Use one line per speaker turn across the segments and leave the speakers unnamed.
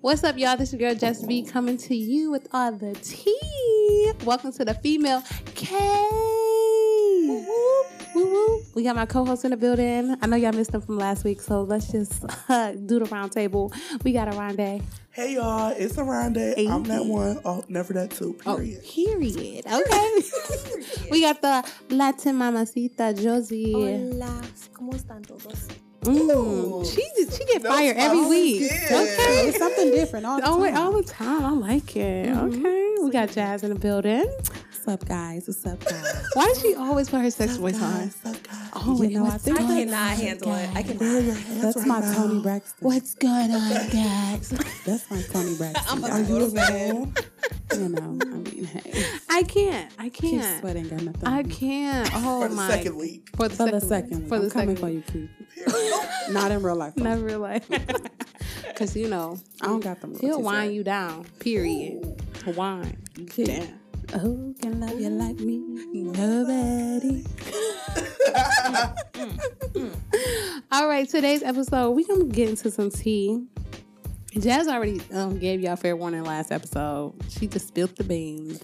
What's up, y'all? This is your girl Jess B coming to you with all the tea. Welcome to the female K. Woo woo. We got my co-host in the building. I know y'all missed them from last week, so let's just do the round table. We got a Rondé.
Hey y'all, it's Aranda. i I'm that one. Oh, never that two.
Oh,
Period.
period. Okay. we got the Latin mamacita Josie.
Hola, ¿cómo están todos?
Mm. She just- she get
No
fired every
problem.
week.
Yeah.
Okay.
It's something different all the
Oh, wait,
time.
all the time. I like it. Okay. We got Jazz in the building.
What's up, guys? What's up, guys?
Why does she always put her sex voice on?
Guys, up, guys?
Oh,
You know, I think
I cannot handle it. I
Where are
cannot.
your hands
that's
right
my
now?
Tony Braxton.
What's going on, guys?
That's my Tony Braxton.
I'm a-
Are you,
You know?
you know, I mean, hey,
I can't. I
keep
can't.
sweating, got nothing.
I can't. Oh
For the
my.
second week.
For the
for
second.
the second, week.
For the
I'm coming
second.
for you, Keith. Not in real life. though.
Never realized. Cause you know
I don't got them.
he'll
royalties
wind
yet.
you down. Period. Wine. You Oh,
Keith.
down.
Who can love you like me?
Nobody. All right, today's episode, we gonna get into some tea. Jazz already um, gave y'all fair warning last episode. She just spilled the beans.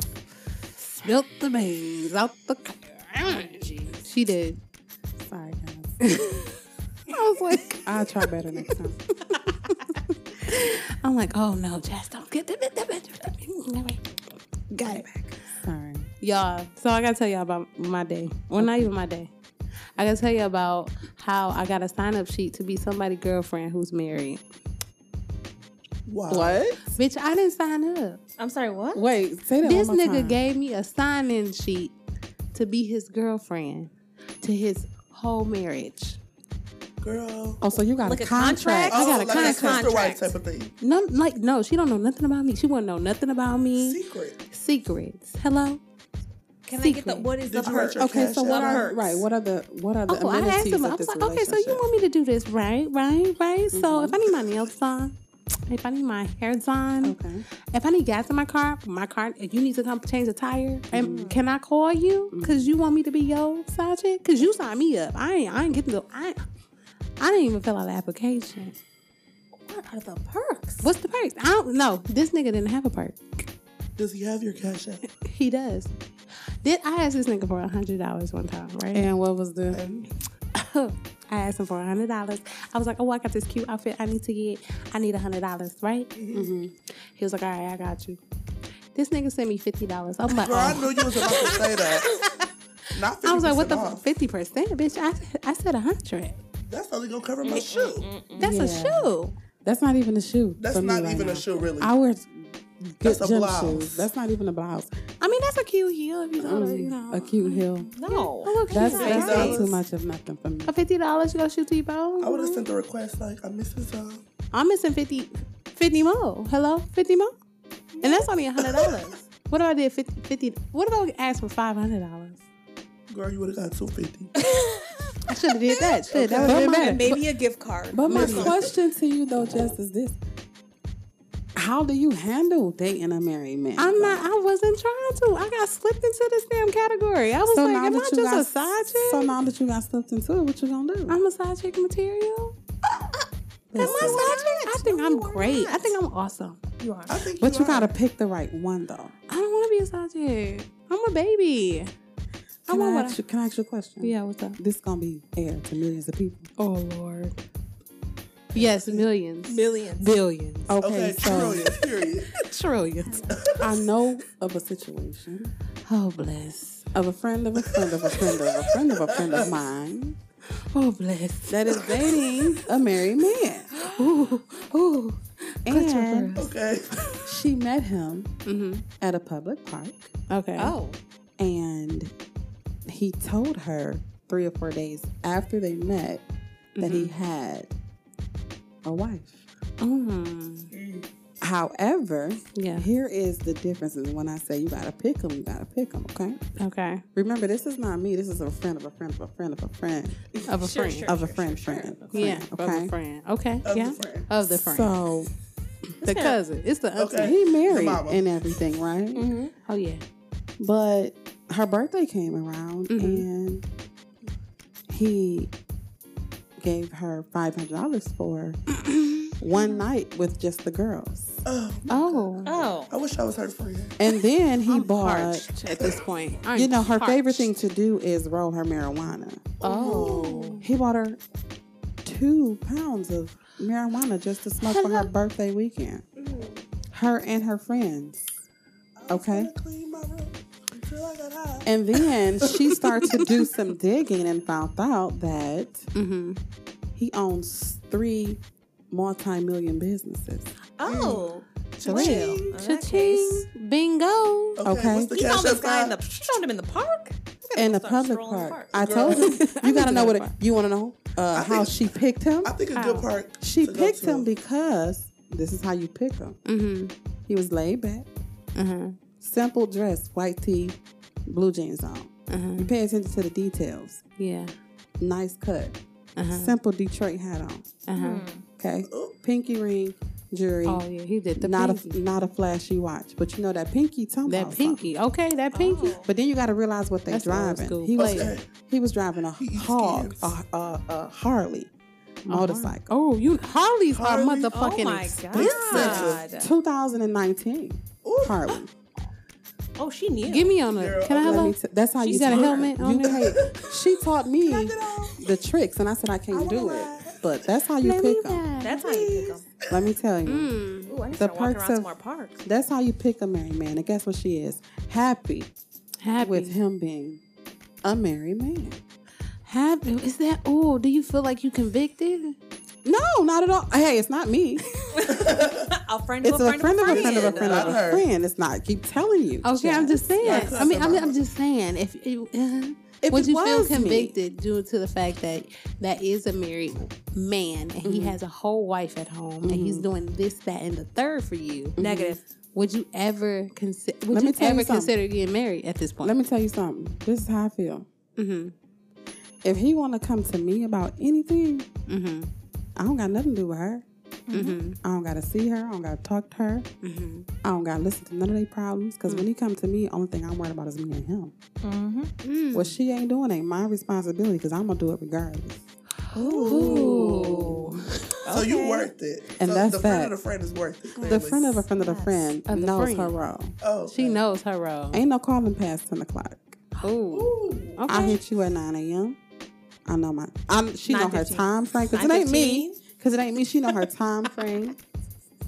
Spilled the beans out the She did.
Sorry, guys.
I was like,
I'll try better next time.
I'm like, oh no, Jazz, don't get the bit- the bit- Got it.
Sorry.
Y'all, so I gotta tell y'all about my day. Well, not even my day. I gotta tell you about how I got a sign up sheet to be somebody's girlfriend who's married.
Wow.
Bitch, I didn't sign up.
I'm sorry, what?
Wait, say that
This
one more
nigga
time.
gave me a sign in sheet to be his girlfriend to his whole marriage.
Girl.
Oh, so you got
Like
a
a contract?
contract?
I
Oh,
got a
like
kind
a
of
sister wife
contract.
type of thing.
No, like, no, she don't know nothing about me. She wouldn't know nothing about me.
Secret.
Secrets. Hello?
Can I get the
Secret.
what is
Did
the
you write
perk?
your
Okay, so
cash
what
app?
are right? What are the what are the
Oh, I asked
amenities
him. I
of
was
this
like, okay, so you
relationship? Mm-hmm.
want me to do this, right? Right? Right? So if I need my nails done, if I need my hair done,
Okay.
if I need gas in my car, my car, if you need to come change a tire, and can I call you? Cause you want me to be your side chick? Cause you signed me up. I ain't, I ain't getting the, I, I didn't even fill out the application.
What are the perks?
What's the perks? I don't know. This nigga didn't have a perk.
Does he have your cash app?
He does. Did I asked this nigga for a hundred dollars one time, right?
And what was the
I asked him for a hundred dollars. I was like, "Oh, I got this cute outfit. I need to get. I need a hundred dollars, right?" hmm He was like, "All right, I got you." This nigga sent me fifty dollars. I'm like,
Girl, I
oh.
knew you was about to say that. Not 50%
I was like, "What the
off.
fifty percent, bitch?" I I said a hundred.
That's only going to cover my shoe.
That's a
Yeah.
shoe.
That's not even a shoe.
That's
for me
not
right
even
now.
a shoe, really.
I wear good
That's a
gym
blouse.
shoes. That's not even a blouse.
I mean, that's a cute heel. If you don't, you know,
Mm-hmm. A cute heel.
No.
Oh, okay,
That's
nice.
that's not
$50.
too much of nothing for me.
A fifty dollars, you go shoot to your
I would have
bone.
sent a request like, I'm Mrs. Uh,
I'm missing 50, 50 more. Hello, fifty more, and that's only a hundred dollars. What if I did 50, 50 What if I asked for five hundred dollars?
girl, you would have got 250
I should have did that. Should that would
But
have been
my-
better.
Maybe a gift card.
But my
Listen.
question to you though, Jess, is this: How do you handle dating a married man?
I'm not. I wasn't trying to. I got slipped into this damn category. I was
So
like,
now
am
that
I
you
just
got
a side chick?
So now that you got slipped into it, what you gonna do?
I'm a side chick material. Am I
Listen.
side chick? I think I'm great. I think I'm awesome.
You are.
I think
but you
are.
gotta pick the right one though.
I don't want to be a side chick. I'm a baby. I
Can I,
want what?
ask you, can I ask you a question?
Yeah, what's up?
This is gonna be air to millions of people.
Oh lord. Yes, millions,
Millions.
billions, oh.
Okay, trillions, period.
trillions.
I know of a situation
Oh bless.
of a friend of a friend of a friend of a friend of a friend of mine
Oh bless.
that is dating a married man.
Ooh, ooh.
And
Okay.
she met him
Mm-hmm.
at a public park
Okay.
Oh.
and he told her three or four days after they met that he
Mm-hmm.
had a wife.
Mm.
However,
Yeah.
here is the difference. And when I say you gotta pick them, you gotta pick them, okay?
Okay.
Remember, this is not me. This is a friend of a friend of a friend of a friend
Of a
Sure,
friend.
sure,
of a
sure,
friend
sure,
friend.
sure.
yeah.
friend,
Of a friend. Okay.
Of the
yeah.
friend.
Of the friend.
So
the cousin. It's the
Okay.
okay.
he
The
married
mama.
and everything, right?
Mm-hmm.
Oh yeah.
But her birthday came around
Mhm.
and he gave her five hundred dollars for one night with just the girls.
Oh,
Oh.
Oh.
I wish I was her friend.
And then he
I'm
bought,
parched at this point. I'm
you know, her
parched.
favorite thing to do is roll her marijuana.
Oh.
He bought her two pounds of marijuana just to smoke for her birthday weekend.
Mm.
Her and her friends.
Oh,
I was
Okay.
gonna clean my room until I got high.
And then she started to do some digging and found out that
Mm-hmm.
he owns three multi million businesses.
Oh.
Chill.
In that case,
Cha-ching. Bingo.
Okay,
Okay.
what's the
You found
cash
this
app
guy in
sign?
the. You found him in the park.
In the
Start
public
strolling in the park.
park. I told you. You gotta know what it,
Girl.
you wanna know uh,
I
how
think-
she picked him?
I think a
How?
good park.
She
to go
picked
to.
him because this is how you pick him.
Mm-hmm.
He was laid back,
Uh-huh.
simple dress, white tee, blue jeans on.
Uh-huh.
You pay attention to the details.
Yeah.
Nice cut.
Uh-huh.
Simple Detroit hat on.
Uh-huh.
Hmm. Okay.
Oh,
Pinky ring, jewelry.
Oh yeah, he did the
not
pinky.
a Oh, not a flashy watch, but you know that pinky tongue.
that pinky. Okay, that pinky.
Oh.
But then you got to realize what they
That's old
driving.
school
He was
Okay.
he was driving a
He
hog,
skis.
a, a, a Harley motorcycle,
Oh, you Harleys
Harley.
are motherfucking
oh my
expensive.
expensive.
god.
2019
Ooh.
Harley.
Oh, she knew.
Give me on a.
Girl,
can I
I'm
have
Let
a?
me t- that's how
She
you
got a
talk.
helmet on
You
there?
can't- she taught me
Get off.
the tricks, and I said I can't
wanna
do it.
ride.
But that's how you
Let me
pick them.
ride.
That's how you pick them.
Let me tell you.
Mm.
Ooh, I need to
The
start walking
perks
around
of-
some more parks.
That's how you pick a married man. And guess what she is? Happy
Happy.
with him being a married man.
Happy. Is that? Oh, do you feel like you convicted?
No, not at all. Hey, it's not me.
a friend to
It's
a,
a friend of a friend of a friend of
Not
a
her.
friend. It's not. I keep telling you.
Okay, I'm
Jess.
just saying.
Yes.
I mean, I'm, I'm just saying. If, you uh,
If
would
it
you feel
was me.
convicted due to the fact that that is a married man and he has a whole wife at home and he's doing this, that, and the third for you?
Negative.
Would you ever consider? Would
Let
you
me tell you
ever
something.
consider getting married at this point?
Let me tell you something. This is how I feel.
Mm-hmm.
If he want to come to me about anything,
Mm-hmm.
I don't got nothing to do with her.
Mm-hmm.
I don't got to see her. I don't got to talk to her.
Mm-hmm.
I don't got to listen to none of their problems. Because when he come to me, only thing I'm worried about is me and him.
Hmm.
Mm-hmm.
Mm.
What she ain't doing ain't my responsibility because I'm going to do it regardless.
Ooh.
So you
Okay.
worth it.
And
so
that's
the friend
that.
of the friend is worth it.
The
clearly.
friend of a friend of a
Yes.
friend
Of the
knows her
friend.
role.
Oh,
She knows her role.
Ain't no calling past 10 o'clock.
Ooh.
Ooh.
Okay.
I hit you at 9 a.m. I know my, I'm, she know her
9:15.
time frame because it ain't me. Because it ain't me. She know her time frame.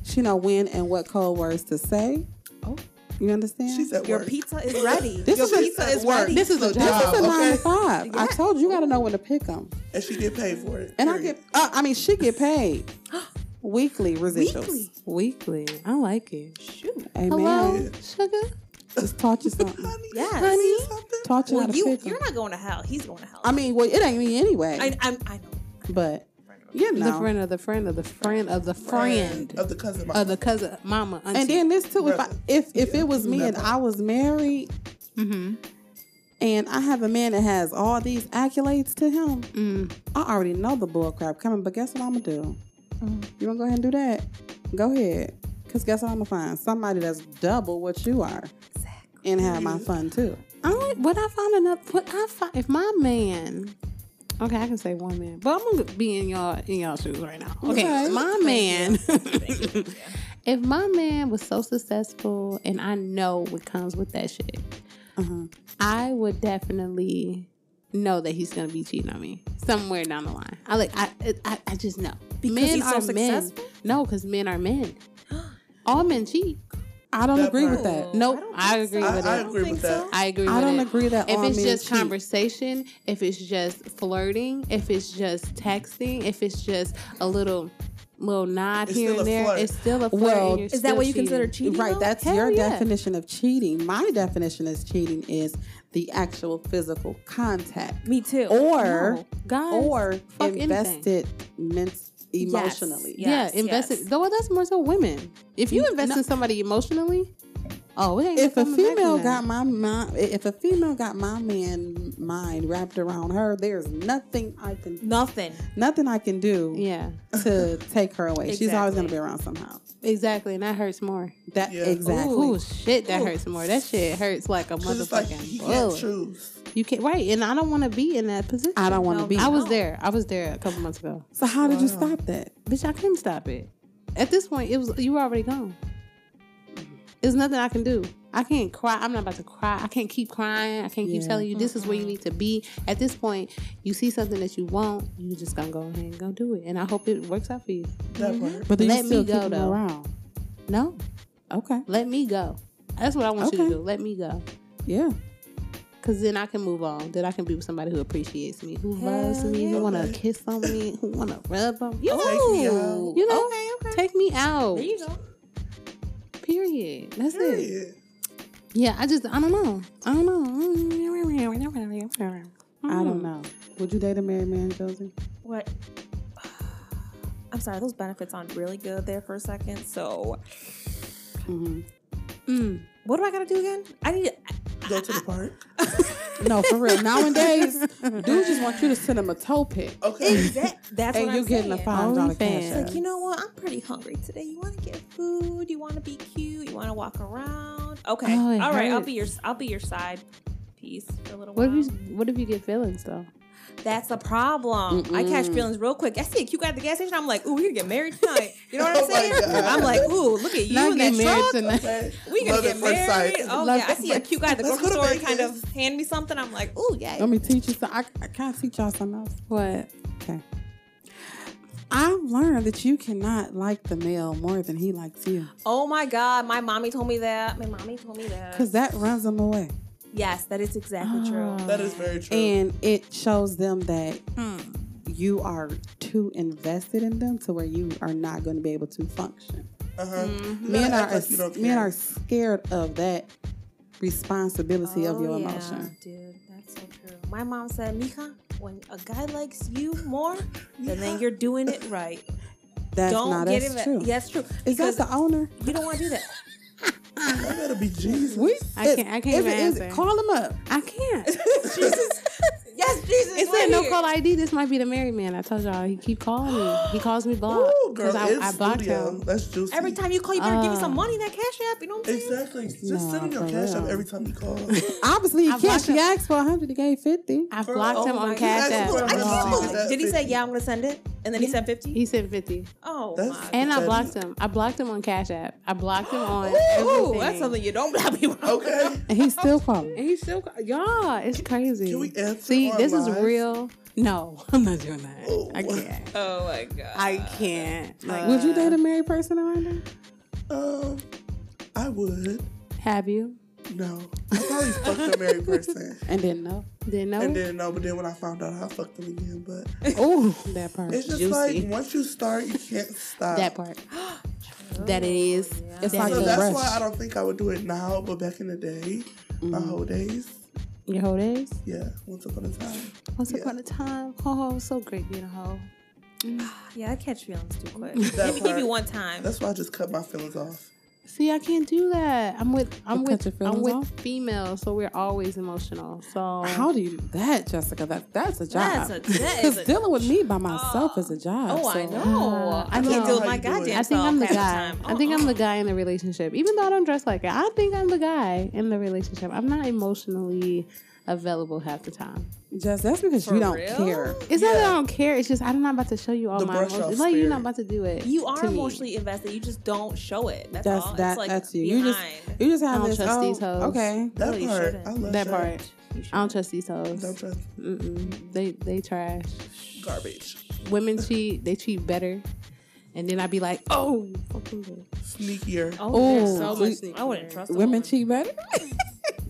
She know when and what code words to say.
Oh.
You understand?
She's at
Your
work.
pizza is ready.
This
Your
is a-
pizza is
work.
ready.
This is a
So
job.
It's a
okay.
nine to five. I told you, you got to know when to pick them.
And she get paid for it.
And I
period.
get, uh, I mean, she get paid weekly residuals.
Weekly.
Weekly. I like it.
Shoot.
Amen.
Hello, sugar.
Just taught you something.
Honey,
Yes.
can I
Honey.
see something?
taught you
Well,
how to
you
pick 'em.
you're not going to hell. He's going to hell.
I mean, well, it ain't me anyway.
I, I'm, I know.
but you
The
know,
friend of the friend of the friend of the friend
of the cousin.
of the cousin, mama, auntie.
and then this too. If I,
Brother.
if if it was me and
Brother.
I was married
Mhm.
and I have a man that has all these accolades to him,
Mm.
I already know the bull crap coming. But guess what I'm gonna do?
Mm.
You wanna go ahead and do that? Go ahead. Cause guess what I'm gonna find somebody that's double what you are, and have my fun too.
I what I found enough. What I find if my man. Okay, I can say one man, but I'm gonna be in y'all in y'all shoes right now. Okay,
Okay.
my man. if my man was so successful, and I know what comes with that shit, Mm-hmm.
Uh-huh.
I would definitely know that he's gonna be cheating on me somewhere down the line. I like I I, I just know because
he's so
men.
successful?
No, because men are men. All men cheat.
I don't
That
agree with
part.
that.
No,
don't
I
think
agree
so.
with
I- I
it.
agree
think
with that.
I agree.
I
with
don't
it.
agree that all
If it's
men
just
cheat.
conversation, if it's just flirting, if it's just texting, if it's just a little little nod
It's
here
still
and
a
there,
flirt.
it's still a flirt.
Well,
and you're
Is
Is that
still
what you consider
cheating.
cheating?
Right,
though?
that's
Hell
your
yeah.
definition of cheating. My definition is cheating is the actual physical contact
me too.
or
No, guys,
or
fuck
invested men- emotionally.
Yes, yes.
yeah, invested. Though that's more so women. If you invest in somebody emotionally, oh, it ain't
If
no
a
coming back from
female
that.
got my mind, if a female got my man mind wrapped around her, there's nothing I can
nothing.
nothing I can do
yeah,
to take her away. She's always going
Exactly.
to be around somehow.
exactly, and that hurts more.
That
Yeah.
exactly.
Ooh, shit, that
Ooh.
hurts more. That shit hurts like a
Because Oh. it's like
motherfucking
he
bullet.
can't choose.
You can't right, and I don't want to be in that position.
I don't want to
Well,
be.
I was
No.
there. I was there a couple months ago.
so how did you stop that?
Bitch, I couldn't stop it. At this point, it was you were already gone. There's nothing I can do. I can't cry. I'm not about to cry. I can't keep crying. I can't keep
Yeah.
telling you this is where you need to be. At this point, you see something that you want, you just gonna go ahead and go do it. And I hope it works out for you.
That part.
But then
Let
you
me
still
go,
keep them
though.
around.
No,
Okay.
let me go. That's what I want you
Okay.
to do. Let me go.
Yeah.
Cause then I can move on. Then I can be with somebody who appreciates me, who
Hell
loves me,
yeah.
who wanna kiss on me, who wanna rub on me. You
Take me
know,
out.
you know,
Oh. Okay, okay.
take me out.
There you go.
Period. That's it.
Period.
Yeah, I just I don't know. I don't know.
I
Hmm.
don't know. Would you date a married man, Josie?
Mm. What? I'm sorry, those benefits sound really good there for a second. So,
hmm
Mm.
what do I gotta do again? I need.
Go to the park.
No, for real. Nowadays, dudes just want you to send them a toe pic.
Okay.
Exact. That's
and
what
you're
I'm
getting a
saying.
five dollar cash
OnlyFans.
app.
Like, you know what? I'm pretty hungry today. You want to get food? You want to be cute? You want to walk around? Okay.
Oh,
All
it
right. I'll
hurts.
be your. I'll be your side piece for a little
What if
while.
you What if you get feelings though?
That's the problem. I catch
Mm-mm.
feelings real quick. I see a cute guy at the gas station. I'm like, ooh, we're gonna get married tonight. You know what I'm
Oh my
saying?
God.
I'm like, ooh, look at you in that truck.
tonight.
We gonna
Love
get
at first
married.
sight.
Oh
Love
yeah, I
at
see a
first-
cute guy at the
Let's
grocery
go to
store. Kind
Vegas.
of hand me something. I'm like, ooh, yeah.
Let me teach you something. I, I can't teach y'all something else.
What?
I've learned that you cannot like the male more than he likes you.
Oh my god, my mommy told me that. My mommy told me that.
Because that runs them away.
Yes, that is exactly true.
Ah.
That is very true.
And it shows them that
Hmm.
you are too invested in them to where you are not going to be able to function.
uh-huh.
Mhm.
You gotta
mm-hmm. Men
act
are,
like you don't
men
care.
are scared of that responsibility
Oh,
Oh,
of your emotion.
dude. That's so true. My mom said, Mika, when a guy likes you more, then, then you're doing it right.
That's
Don't
not
get
as
it.
true.
Yes, true.
Is that
Because
the owner?
you don't want to do that.
That better be Jesus.
We,
I can't- I can't
is it-
even
is it-
answer.
Call him up.
I can't.
Jesus. Yes, Jesus.
It
we're
said no
here.
call ID. This might be the married man. I told y'all he keep calling me. He calls me blocked
Ooh, girl,
because I,
it's
I blocked
studio.
him.
That's juicy.
Every time you call, you better give me some
Uh,
money in that cash app. You know what I'm saying?
Exactly. Just
Nah,
send him your
for
cash app
real.
every time you call.
Obviously,
I
he can't.
blocked
She
him.
asked for 100, he gave 50.
I
Girl,
blocked
oh
him on
my
Cash
God.
App.
That's what
I
I'm
can't
Oh.
saying.
believe it. Did he say, yeah, I'm going to send it? And then he sent 50?
He said fifty.
oh,
That's-
my God.
And I
That-
blocked him. I blocked him on Cash App. I blocked him on
Ooh,
everything.
that's something you don't block people.
okay.
And he's still calling.
And he's still y'all. It's crazy.
Can we answer
See,
our
this is
lives?
real. No, I'm not doing that.
Ooh.
I can't.
Oh, my God.
I can't. Like,
Would you date a married person, Aranda?
Um, I would.
Have you?
No. I probably fucked a married person.
And didn't know
Didn't know.
And then no, but then when I found out, I fucked him again. But
oh,
that part.
it's just
Juicy.
like once you start, you can't stop.
that part. that it is.
It's
That
like
it
So
a
is.
that's
rush.
why I don't think I would do it now. But back in the day, my
Mm-hmm.
whole days,
your whole days.
yeah, once upon a time.
Once
Yeah.
upon a time, oh, so great being a hoe.
Yeah, I catch feelings too quick.
That
Let me give
part.
you one time.
That's why I just cut my feelings off.
See, I can't do that. I'm with I'm
You cut
with
your feelings
I'm with
off?
females, so we're always emotional. So
How do you do that, Jessica? That that's a job.
That's a- that is
Because
a-
dealing with me by myself
Oh.
is a job.
Oh, I
so-
know. I
I
can't
know.
do it
How you do
my
it.
goddamn
I think I'm the
self
guy.
half the time.
I think I'm the
Uh-uh.
guy in the relationship. Even though I don't dress like it, I think I'm the guy in the relationship. I'm not emotionally available half the time.
Just that's because you
For
don't
real?
care.
It's not that I don't care. It's just I'm not about to show you all
The
my
brush off
emotions. Like you're
spirit.
not about to do it.
You are
to me.
emotionally invested. You just don't show it. That's,
That's
all.
that.
Oh, it's like
that's you. You
Behind.
just you just have
I don't
this.
trust
oh,
these hoes.
Okay.
That
No, you
part,
shouldn't.
I love
that
that.
part. I don't trust these
Don't
hoes.
trust
Mm-mm. They they trash.
garbage.
Women cheat. They cheat better. And then I'd be like, oh, you fucking bitch.
Sneakier.
Oh,
Ooh,
there's so
so
much.
you-
I wouldn't trust a
Women
woman.
cheat better.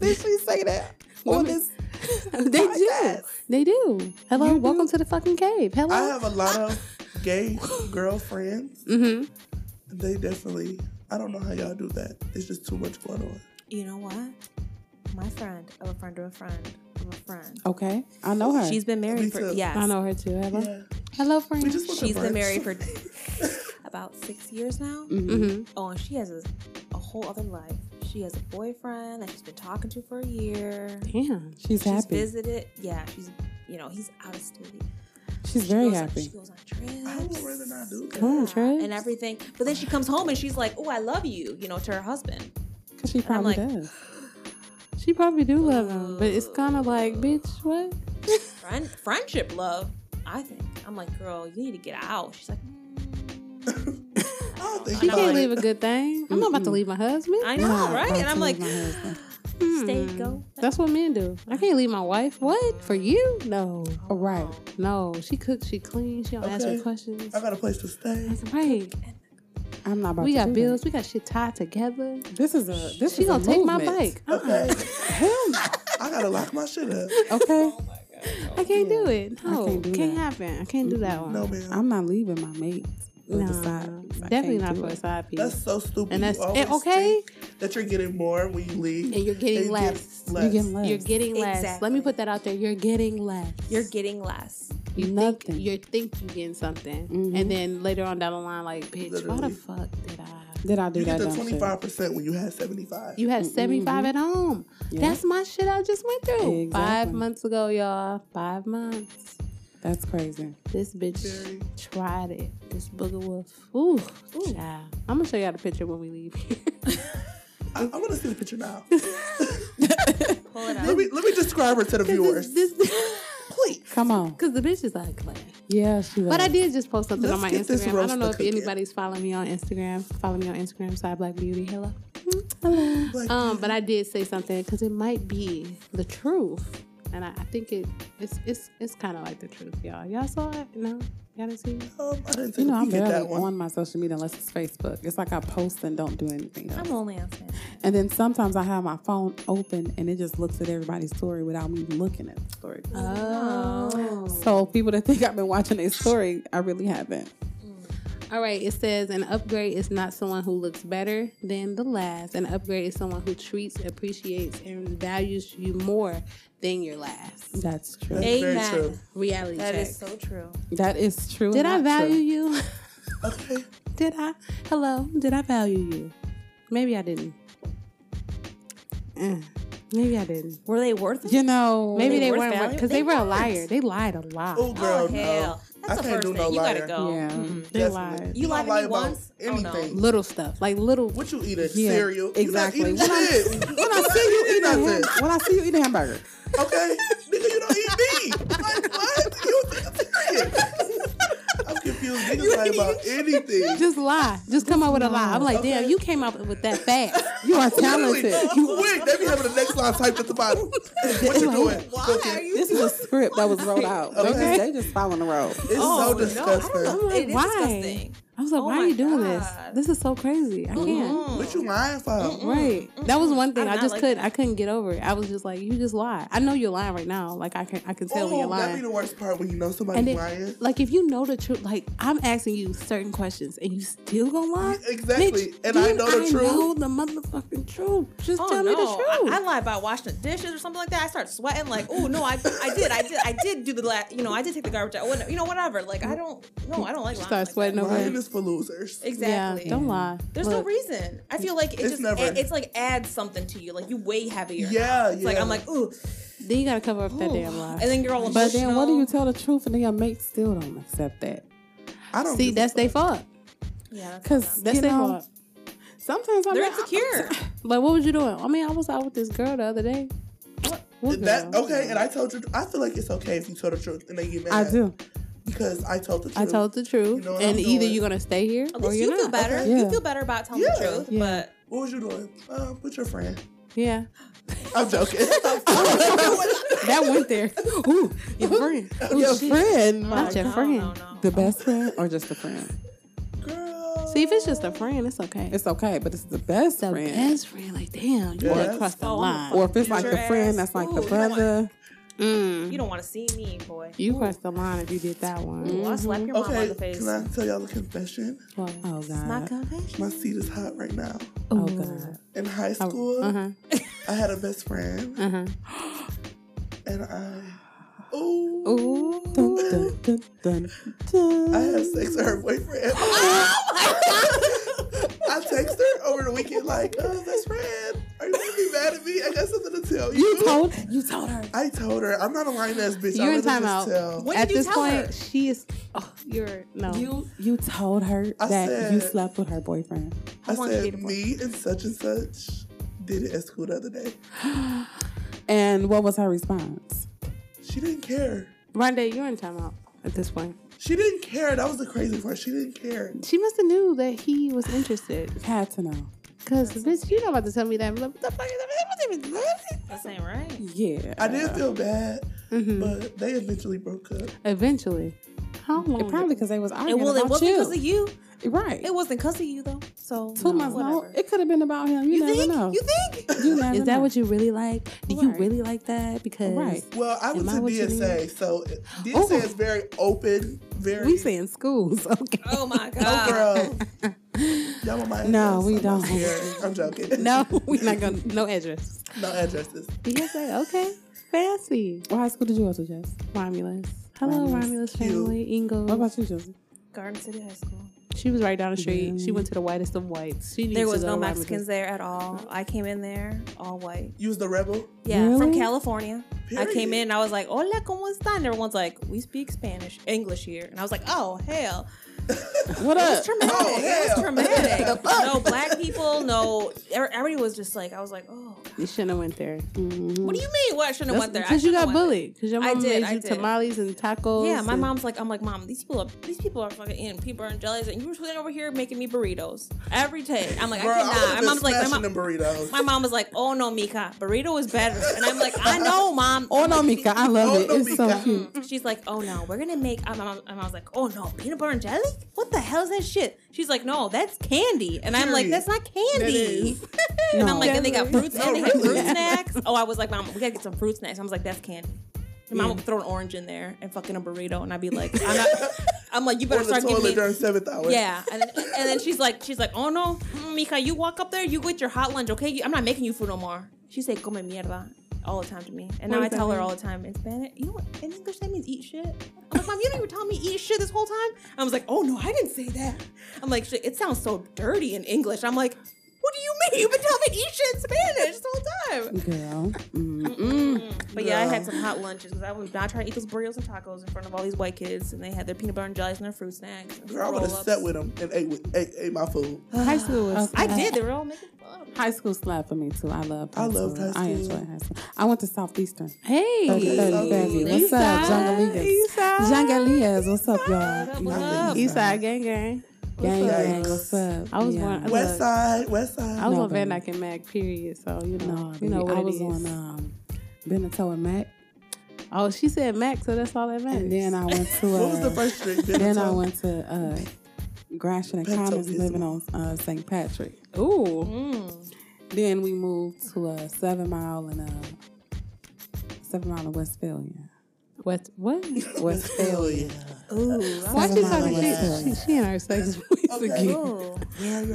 Did she say that? on
Women-
this
they do.
podcast?
They do. Hello,
You do?
welcome to the fucking cave. Hello.
I have a lot of gay girlfriends.
mm-hmm.
They definitely. I don't know how y'all do that. It's just too much going on.
You know what? My friend of a friend of a friend of a friend.
Okay. I know her.
She's been
Me
married for
too.
I
yes.
know her too. Hello,
Yeah,
hello, friend.
we just want to
She's been
merge.
married for about six years now.
Mhm.
mm-hmm.
Oh, and she has a, a whole other life. She has a boyfriend that she's been talking to for a year.
Damn.
She's
She's
happy.
visited. Yeah, she's you know he's out of state.
She's
She
very
goes on- she
happy.
goes on trips.
I would rather not do that.
Come on, Trish.
and everything. But then she comes home and she's like, "Oh, I love you," you know, to her husband.
Because she
I'm
probably
like-
does.
She probably do love him, but it's kind of like, bitch, what?
Friend, friendship, love. I think I'm like, girl, you need to get out. She's like, mm,
I Y'all think
You
about
can't
it.
leave a good thing. I'm not about to leave my husband.
I know,
Nah,
right?
about
And
to
I'm like,
leave my husband.
stay, go.
Hmm. That's what men do. I can't leave my wife. What? For you? No.
All right.
No. She cooks, she cleans, she don't ask me
Okay.
questions.
I got a place to stay.
Right.
I'm not about
We
to
got
do
bills, we got shit tied together.
That. This is a this
She
is a
gonna take my
movement.
bike.
Okay.
Hell,
I gotta lock my shit up.
okay.
I can't do it. No, can't,
can't do that.
happen. I can't do that one.
No, man.
I'm not leaving my mate. with the
Nah,
side piece. I
definitely
can't
not
do
for
it.
a side piece.
That's so stupid.
And that's-
you always
eh, okay.
think that you're getting more when you leave.
And you're getting
you
less.
Get
You're getting less.
You're getting less. Let me
Exactly.
put that out there. You're getting less.
You're getting less.
you
nothing.
Think, you think you're getting something,
Mhm.
and then later on down the line, like, bitch, why
Literally.
the fuck did I?
Did I do
You
that
get the
dumb
twenty
shit?
five percent when you had seventy five.
You had 75 at home.
Yeah.
That's my shit. I just went through five
Exactly.
months ago, y'all. Five months.
That's crazy.
This bitch
Very.
tried it. This booger wolf. Ooh, child. I'm gonna show y'all the picture when we leave.
I, I want to see the picture now.
Pull it
let
out.
me let me describe her to the viewers.
this,
Please.
Come on.
because the bitch is ugly.
Yeah, she was.
But I did just post something on
Let's
my
get this
Instagram. I don't know if
roaster cooking.
anybody's following me on Instagram. Follow me on Instagram, Side Black Beauty. Hello.
Like,
Um, but I did say something because it might be the truth, and I, I think it it's it's it's kind of like the truth, y'all. Y'all saw it? No, y'all didn't see. it?
um, I didn't
You
take
know,
a
I'm
peek at
barely
that one.
on my social media unless it's Facebook. It's like I post and don't do anything else.
I'm only on Snapchat.
And then sometimes I have my phone open and it just looks at everybody's story without me looking at the story.
Oh.
So people that think I've been watching their story, I really haven't.
All right. It says an upgrade is not someone who looks better than the last. An upgrade is someone who treats, appreciates, and values you more than your last.
That's true.
That's very
Amen.
true.
Reality
That
check.
is so true.
That is true.
Did
and
I
not
value
true.
you?
Okay.
Did I? Hello, did I value you? Maybe I didn't. Mm, Maybe I didn't.
Were they worth it?
You know,
Maybe they,
they worth
weren't
value?
because they,
They
were a
weren't.
liar. They lied a lot.
Oh girl,
oh hell!
no.
That's
I
the
can't
first
do
thing.
no
you
liar.
gotta go.
Yeah.
They
Definitely.
lied.
You
don't
lied to
lie
me
about
once? Oh, no.
Anything.
Little stuff, like little.
What you eating?
Yeah,
Cereal.
exactly.
You
When
not
I-
eating shit.
when I see you eating a ham-
nothing.
when I see you eating a hamburger,
Okay, nigga, you don't eat meat. Like what? You don't think it's serious. I'm confused. Niggas lie about anything.
Just lie. Just come up with a lie. I'm like, damn, you came up with that fast.
you are
Literally,
talented.
quick. They be having the next line typed at the bottom. What you doing? Cooking.
This is a script that was wrote out. They,
Okay.
just, they just following the road.
It's
Oh,
Oh,
so disgusting.
I'm like,
It is
why?
disgusting.
I was like,
Oh
why
my
are you doing
God.
this? This is so crazy. I can't.
Mm.
What you lying for?
Right. That was one thing
I'm
I
not
just
like
couldn't.
that.
I couldn't get over it. I was just like, you just lie. I know you're lying right now. Like I can. I can tell when you're
Oh, that be
lying.
the worst part when you know somebody
And then,
lying.
like, if you know the truth, like I'm asking you certain questions and you still gonna lie.
E-, Exactly.
Bitch,
And I
dude,
know the truth.
know the motherfucking truth. Just
Oh
tell me
no!
the truth.
I, I lie about washing the dishes or something like that. I start sweating like, oh no, I, I did, I did, I did do the la- you know, I did take the garbage out. What- You know, whatever. Like I don't, no, I don't like. lying
start
like that.
sweating over
Lying
it.
is for losers.
Exactly.
Yeah, don't lie.
There's no
Look,
reason. I feel like it
It's
just
never-
it- it's like adds something to you. Like you weigh heavier.
Yeah,
It's like
yeah.
I'm like ooh,
Then you gotta cover up that
ooh.
damn lie.
and then you're all.
But then, what do you
emotional.
tell the truth and then your mate still don't accept that?
I don't
See,
give a
that's
fuck.
their fault.
Yeah, that's
Because
That's
you
their
know,
fault.
sometimes I'm
they're
like,
insecure.
Like, what was you doing? I mean, I was out with this girl the other day. What? what
That
girl?
okay, and I told you. I feel like it's okay if you tell the truth and they get mad.
I do.
because I told the truth.
I told the truth,
You know what
and
I'm
either
doing.
you're gonna stay here
At
or
least
you're
you
not.
feel better.
Yeah.
You feel better about telling
Yeah.
the truth.
Yeah.
But
What was you doing? Um, with your friend.
Yeah,
I'm joking.
that went there. Ooh, your friend. Ooh,
Your
shit.
friend, my
Not your
no,
friend.
no, no.
The best friend or just a friend?
Girl.
See, if it's just a friend, it's okay.
It's okay, but it's the best
the
friend.
best friend. Like, damn, you
Yeah,
done
that's-
crossed the
Oh,
line.
Or if it's like
Your
the friend
ass.
that's like
Ooh,
the
you know what?
brother.
Mm.
you don't want to see me, boy.
You crossed the line if you did that one.
Ooh, I'll slap your mom on the
Mm-hmm. Okay,
face.
can I tell y'all a confession?
What?
Oh
My
God.
confession.
My seat is hot right now.
Oh God.
In high school,
Uh huh.
I had a best friend,
Uh huh.
and I, ooh,
Dun, dun, dun, dun, dun.
I had sex with her boyfriend. I text her over the weekend like, oh, best friend, are you gonna be mad at me? I got something to tell you.
You told you told her.
I told her I'm not a lying ass bitch.
You're in
I really
timeout.
Just tell.
What
At
did you
this
tell
point,
her?
she is. Oh, you're no.
You you told her
I
that you
said-
slept with her boyfriend.
I
long you
said
dated for?
me and such and such did it at school the other day.
And what was her response?
She didn't care.
Rondé, you're in timeout. at this point.
She didn't care. That was the crazy part. She didn't care.
She must have knew that he was interested.
Had to know.
Cause bitch, you know about to tell me that. I'm like, what the fuck is that? What even
That's ain't right.
Yeah.
I did feel bad,
Mhm.
but they eventually broke up.
Eventually, how long?
It probably because they was arguing
It, well, it
about
wasn't
you.
because of you.
Right.
It wasn't because of you though. So
Two months
whatever.
no, It could have been about him. You,
You,
never
think?
know.
You think?
You never
is that
know.
what you really like? Do you
Right.
really like that? Because
Right.
Well, I went
Am I
to
what you
DSA, so DSA
Oh.
is very open, very.
we say in schools, okay?
Oh my
Oh,
god.
girl. Y'all want my
No,
address?
we
I'm not
don't.
scared. I'm joking.
No, we're not gonna. No address.
No addresses.
You say okay, fancy.
What high school did you go to, Jess?
Romulus. Hello,
Romulus.
Romulus family. Ingo.
What about you, Josie?
Garden City High School.
She was right down the street. She went to the whitest of whites. She needs
There
to
was
go
no
to Romulus.
Mexicans there at all. I came in there all white.
You was the rebel.
Yeah, from
Really?
California. I came
Period.
in and I was like, "Hola, cómo están?" And everyone's like, "We speak Spanish, English here." And I was like, "Oh hell!" It
What
was
up?
traumatic.
Oh,
it was
hell.
traumatic. no black people. No, er- everybody was just like, I was like, "Oh, God.
You shouldn't have went there.
Mm-hmm.
what do you mean? What I shouldn't have went there? I
Because you
shouldn't
got
have went
bullied. Because your
I
mom
did,
made
I
you
did.
tamales and tacos.
there. Yeah, my
and-
mom's like, I'm like, mom, these people are these people are fucking eating peanut butter and jellies, and you were sitting over here making me burritos every day. I'm like,
Girl,
I
I
cannot.
was
My
been
mom's like, my
smashing
mom,
them burritos.
my mom was like, "Oh no, Mika, burrito is better." And I'm like, "I know, mom."
Oh no, Mika, I love
Oh,
it.
no,
it's so
Mika.
cute.
She's like, oh no, we're gonna make. And I, I was like, oh no, peanut butter and jelly? What the hell is that shit? She's like, no, that's candy. And I'm like,
Period.
that's not candy.
is.
and
No.
I'm like, and they got fruits
No,
and they had
really.
fruit snacks. Oh, I was like, mom, we gotta get some fruit snacks. I was like, that's candy. And mom would throw an orange in there and fucking a burrito, and I'd be like, I'm, not, I'm like, you better
on the
start
toilet
giving me.
during seventh hour.
Yeah, and, and then she's like, she's like, oh no, mm, Mika, you walk up there, you get your hot lunch, okay? You- I'm not making you food no more. She said, come mierda all the time to me, and now I
does that
tell her
mean?
all the time in Spanish. You know what? In English that means eat shit. I'm like, mom, you know you were telling me eat shit this whole time. I was like, oh no, I didn't say that. I'm like, shit, it sounds so dirty in English. I'm like, what do you mean? You've been telling me eat shit in Spanish this whole time.
Girl. Mm.
But yeah, I had some hot lunches because I was not trying to eat those burritos and tacos in front of all these white kids, and they had their peanut butter and jellies and their fruit snacks. and
Girl, I would have
roll-ups.
sat with them and ate, with, ate, ate my food.
high school was.
Okay.
I did. They were all making fun. of me.
High school slapped for me too. I loved high
I loved
school.
high
I
school.
enjoyed high school. I went to Southeastern.
Hey,
Okay,
Southeastern.
baby.
East
What's up,
side,
Jangalias?
East side.
Jangalias, what's up,
Double
y'all?
up.
East side gang gang.
Gang,
up?
gang, what's up?
I was
Yeah.
born. I
West
was, a-
side, west side.
I was
No,
on
baby.
Van Dyke and Mac. Period. So you know,
No,
you know what
I
it
was
is.
on um, Benito and Mac,
oh, she said Mac, so that's all that matters.
and then I went to. Uh,
what was the first street?
Then I
Benetton?
went to uh, Gratian and
Pepto
Commons,
Bismol.
living on uh, St. Patrick.
ooh,
Then we moved to uh, Seven Mile and uh, Seven Mile in Westphalia.
what what?
Westphalia.
Ooh, I
Why she
Seven Mile
talking
in
shit? She,
Westphalia.
she and her sex voice again.
Ooh.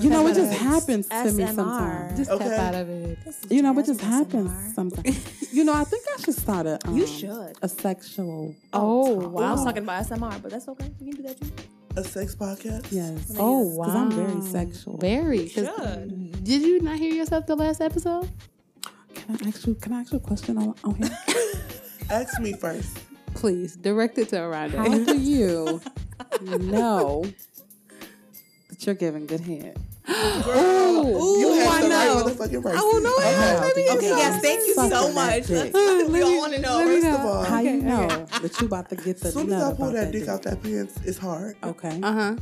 You know, it just
Seven
happens to me
SMR.
sometimes.
Just
Okay.
step out of it.
You know, it just
Jasmine's
happens
SMR.
sometimes. you know, I think I should start a. Um,
You should.
A sexual.
Oh,
Well, I was
wow.
talking about SMR, but that's okay. You can do that too.
A sex podcast?
Yes.
Oh wow!
Because I'm very sexual.
Very. 'cause-
should.
Did you not hear yourself the last episode?
Can I ask you? Can I ask you a question on, on here?
Ask me first.
Please direct it to
How
Aranda.
do you know that you're giving good head?
Ooh,
You
ooh,
asked
I
the
know.
right motherfucking person.
will know it.
Okay.
How do you
Okay,
know
yes, thank you so
sucking that
much.
dick?
That's- we
Let
all
me-
want to know.
let me
First of
know.
all,
How you know that you about to get the
as soon as
nut
I pull
about
that dick Uh-huh.
dick?
out that pants, it's hard.
Okay.
Uh huh.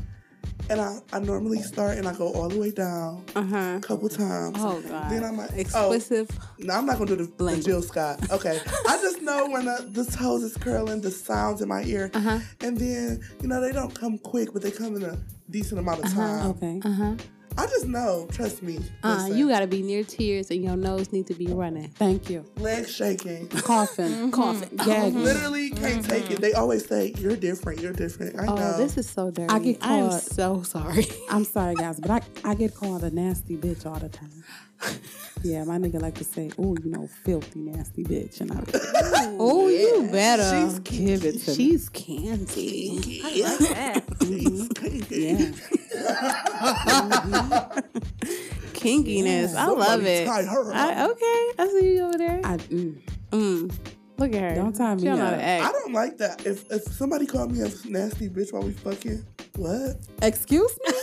And I, I normally start and I go all the way down
Uh huh.
a couple times.
Oh god.
Then I'm like,
explicit.
No, I'm not gonna do the, the
Language.
Jill Scott. Okay, I just know when the, the toes is curling, the sounds in my ear,
Uh-huh.
and then you know they don't come quick, but they come in a decent amount of time.
Okay.
Uh
Uh-huh.
huh.
I just know. Trust me.
Uh,
Listen,
you gotta be near tears and your nose need to be running.
Thank you.
legs shaking.
Coughing. Coughing. Gagging.
Mm-hmm. Uh-huh. Literally can't take it. They always say you're different. You're different. I
Mm-hmm. Oh,
know.
this is so dirty.
I get
I am
caught.
so sorry.
I'm sorry, guys, but I, I get called a nasty bitch all the time. Yeah, my nigga like to say, "Oh, you know, filthy nasty bitch," and I be like,
oh, you better.
She's
give it to me.
She's candy.
Yeah.
She's kinky.
Yeah.
Kinkiness. I
Somebody
love it.
tie her up.
I, okay. I see you over there.
I, mm,
Mm. Look at her.
Don't tie
She
me
don't know how
up.
to act.
I don't like that. If if somebody called me a nasty bitch while we fucking, what?
excuse me.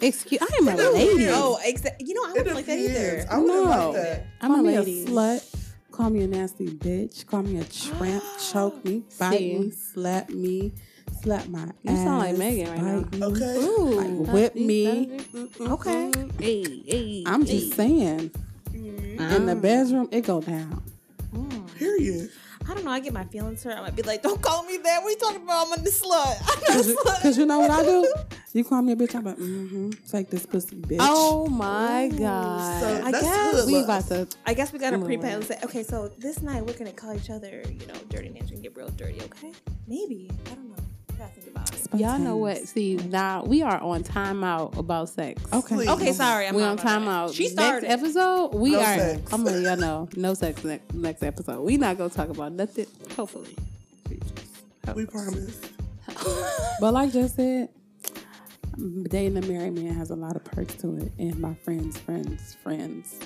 Excuse, I am a
don't
lady.
care.
Oh, exactly. You know, I
It
wouldn't like that
depends.
either.
I wouldn't
No.
like that.
I'm
call
a
me
lady.
a slut. Call me a nasty bitch. Call me a tramp. choke me. Bite
See?
me. Slap me. slap my ass.
You sound like Megan right now.
bite me.
Okay.
Ooh,
Like, whip me.
Okay. Hey, hey. Ah. Um,
I'm just saying.
Mm-hmm.
In the bedroom, it go down.
Period.
I don't know. I get my feelings hurt. I might be like, "Don't call me that. What are you talking about? I'm a slut. I'm a slut."
Because you know what I do? You call me a bitch, I'm like, mm-hmm. Take this pussy, bitch.
Oh my god.
So
I
that's
guess
hood
we
love.
about to
I guess we got to
Lord.
prepay and say, okay, so this night we're gonna call each other, you know, dirty names and get real dirty, okay? Maybe. I don't know. I gotta think about it.
Y'all know what? See, now we are on timeout about sex.
Okay.
Please.
Okay, sorry. I'm
we
not
on
about that.
timeout.
She started.
Next episode, we
No
are.
sex.
I'm letting y'all know. No sex next, next episode. We not gonna talk about nothing. Hopefully.
We promise.
But like Jess said, dating a married man has a lot of perks to it. And my friends, friends, friends,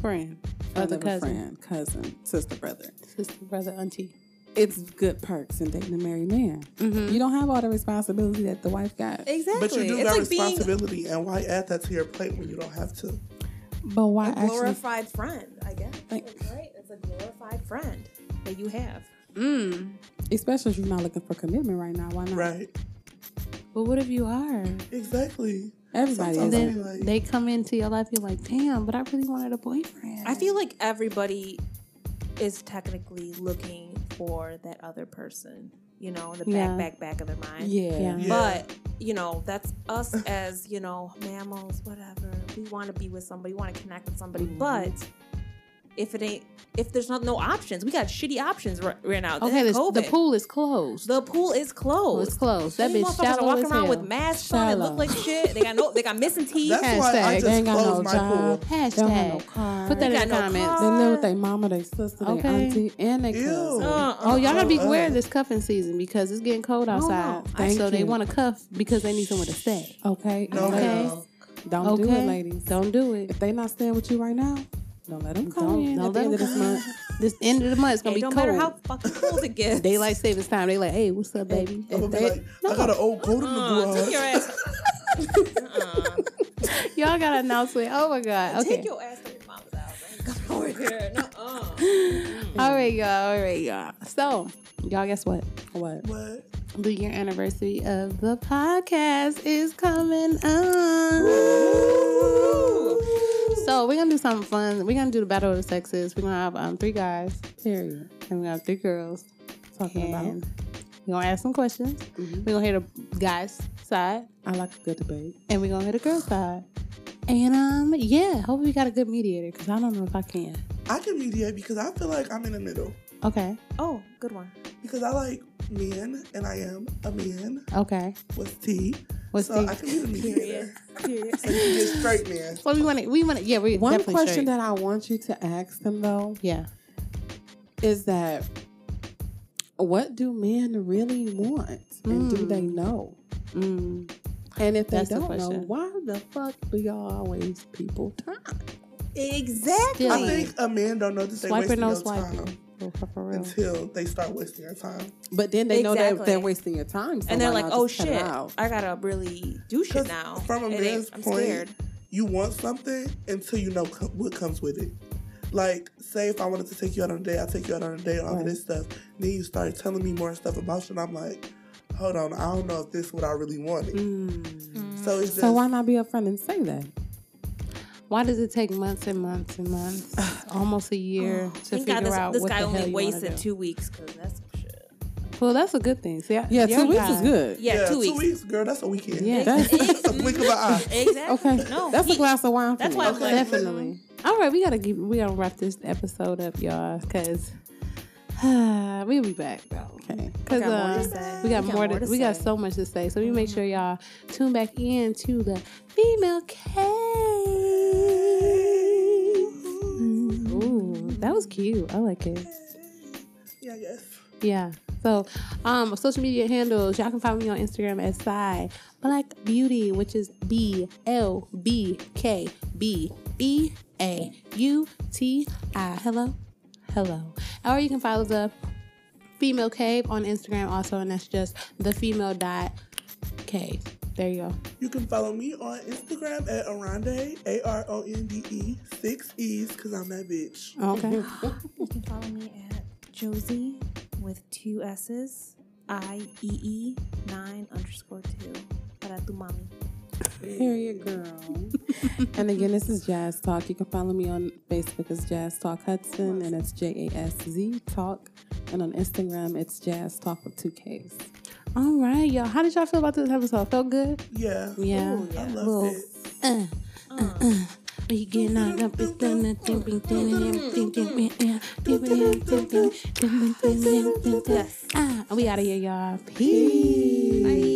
Friend,
other
other cousin,
friend, cousin, sister, brother.
sister, brother, auntie.
It's good perks in dating a married man.
Mm-hmm.
You don't have all the responsibility that the wife got.
Exactly.
But you do
it's
got
like being
responsibility, and why add that to your plate when you don't have to?
But why
a
actually?
glorified friend, I guess. Right? It's a glorified friend that you have.
Mm.
Especially if you're not looking for commitment right now. Why not?
Right.
But what if you are?
Exactly.
Everybody
Sometimes
is.
I
Then
mean, like-
they come into your life. You're like, damn, but I really wanted a boyfriend.
I feel like everybody is technically looking for that other person, you know, in the back,
Yeah.
back, back of their mind.
Yeah.
Yeah.
Yeah.
But you know, that's us as you know mammals, whatever. We want to be with somebody, we want to connect with somebody.
Mm-hmm.
Mhm.
But if it ain't, if there's not no options, we got shitty options right, right now.
okay. this-
This
the
COVID.
pool is closed.
the pool is
pool is
closed.
closed. That
These
bitch
motherfuckers are
shallow
walking
as
around
hell.
with masks on and look
Shallow.
like shit. They got no, they got missing teeth.
That's why
Hashtag.
I
They
just
ain't got
closed
no
my
job.
pool.
They don't have no
Hashtag.
car.
Put that
They
in the
got no
comments.
car.
They live with their mama, their sister,
Okay.
their auntie, and their
Ew.
cousin.
Uh-uh.
Oh, y'all gotta be
Uh-uh.
aware of this cuffing season because it's getting cold outside.
no. Thank
so they
you.
want to cuff because they need somewhere to stay.
Okay.
No,
okay.
ma'am.
Don't
okay,
do it, ladies.
Don't do it.
If they not staying with you right now, don't let them come
Don't-
in
don't
at the
let
end of
'em
this
come in.
month.
This end of the month is gonna
It
be
don't
cold.
matter how fucking cold it gets.
Daylight savings time. They like, hey, what's up, baby?
I'm gonna
If
be
they-
like, I got an old coat in the
Uh, take
garage.
your ass. uh
y'all gotta announce it. Oh my god. Okay.
Take your ass to your mama's house. Ain't Come over here. uh. Nuh-uh.
All right, y'all. All right, y'all. So, y'all, guess what?
What?
What?
The year anniversary of the podcast is coming up. So we're gonna do something fun. We're gonna do the battle of the sexes. We're gonna have um, three guys
Period.
and we're gonna have three girls.
Talking
And
about.
we're gonna ask some questions. We're gonna hear the guys' side
I like a good debate.
and we're gonna hear the girls' side. And um, yeah, hope we got a good mediator because I don't know if I can.
I can mediate because I feel like I'm in the middle.
Okay,
Oh, good one.
Because I like men, and I am a man
okay.
with T.
What's
so I
the
can be the mediator.
Period. Period.
so you can get straight man.
well, we want to, we want to, yeah, we
One
definitely
question
straight.
that I want you to ask them though
yeah,
is that what do men really want, and do
Mm.
they know?
mm,
And if they
That's the
don't know,
question.
why the fuck do y'all always people time?
Exactly.
Still
I think a man don't know that they
Swipe or
wasting
no
your
swipe?
time
for, for- for real.
until they start wasting your time.
But then they know
Exactly.
that they're wasting your time, so
and they're
why
like,
not
"Oh
just cut it
shit,
out?"
I gotta really do shit
'Cause
now."
from a
It ain't-
man's
I'm
point,
scared.
You want something until you know co- what comes with it. Like, say if I wanted to take you out on a date, I'll take you out on a date, all
Right.
of this stuff. Then you start telling me more stuff about you, and I'm like, hold on, I don't know if this is what I really wanted.
Mm.
So it's just,
So why not be upfront and say that?
Why does it take months and months and months, almost a year, to
Oh, Thank
figure
God
out
this, this
what
guy
the hell
only
you wanna
wasted
do?
two weeks because that's some shit.
Well, that's a good thing. See, I-
Yeah,
y'all
two weeks
guys-
is good.
Yeah, two weeks.
girl, that's a weekend.
Yeah.
That's,
that's a blink of an eye.
Exactly.
okay,
No.
that's
he-
a glass of wine. For
that's
me.
why I'm like, mm-hmm.
Definitely. All right, we gotta give, we gotta wrap this episode up, y'all, because we'll be back though.
Okay.
Because
We got more to
uh,
say.
we got more to, we got
say. Mm-hmm.
so much to say, so we make sure y'all tune back in to the female case. Ooh, that was cute. I like it.
Yeah, yes.
Yeah. So, um, social media handles. Y'all can find me on Instagram at Psy Black Beauty, which is B L B K B B A U T I. Hello, hello. Or you can follow the Female Cave on Instagram also, and that's just the female dot cave. There you go.
You can follow me on Instagram at Aronde, A R O N D E, six E's, because I'm that bitch.
Oh.
Mm-hmm.
Okay.
You can follow me at Josie with two S's I E E nine underscore two. Para tu mami.
Period, girl. and again, this is Jazz Talk. You can follow me on Facebook as Jazz Talk Hudson, and it's J A S Z Talk. And on Instagram, it's Jazz Talk with two Ks.
All right, y'all. How did y'all feel about this episode? Felt good?
Yeah.
Yeah.
Ooh,
I
yeah.
Well,
loved it.
Uh,
Uh.
are you getting out up? It's done. I think we did it. I'm thinking, yeah, yeah. Did we, yeah, did we, did we, did we, did we, did we.
Yes.
Ah, we out of here, y'all. Peace.
Bye.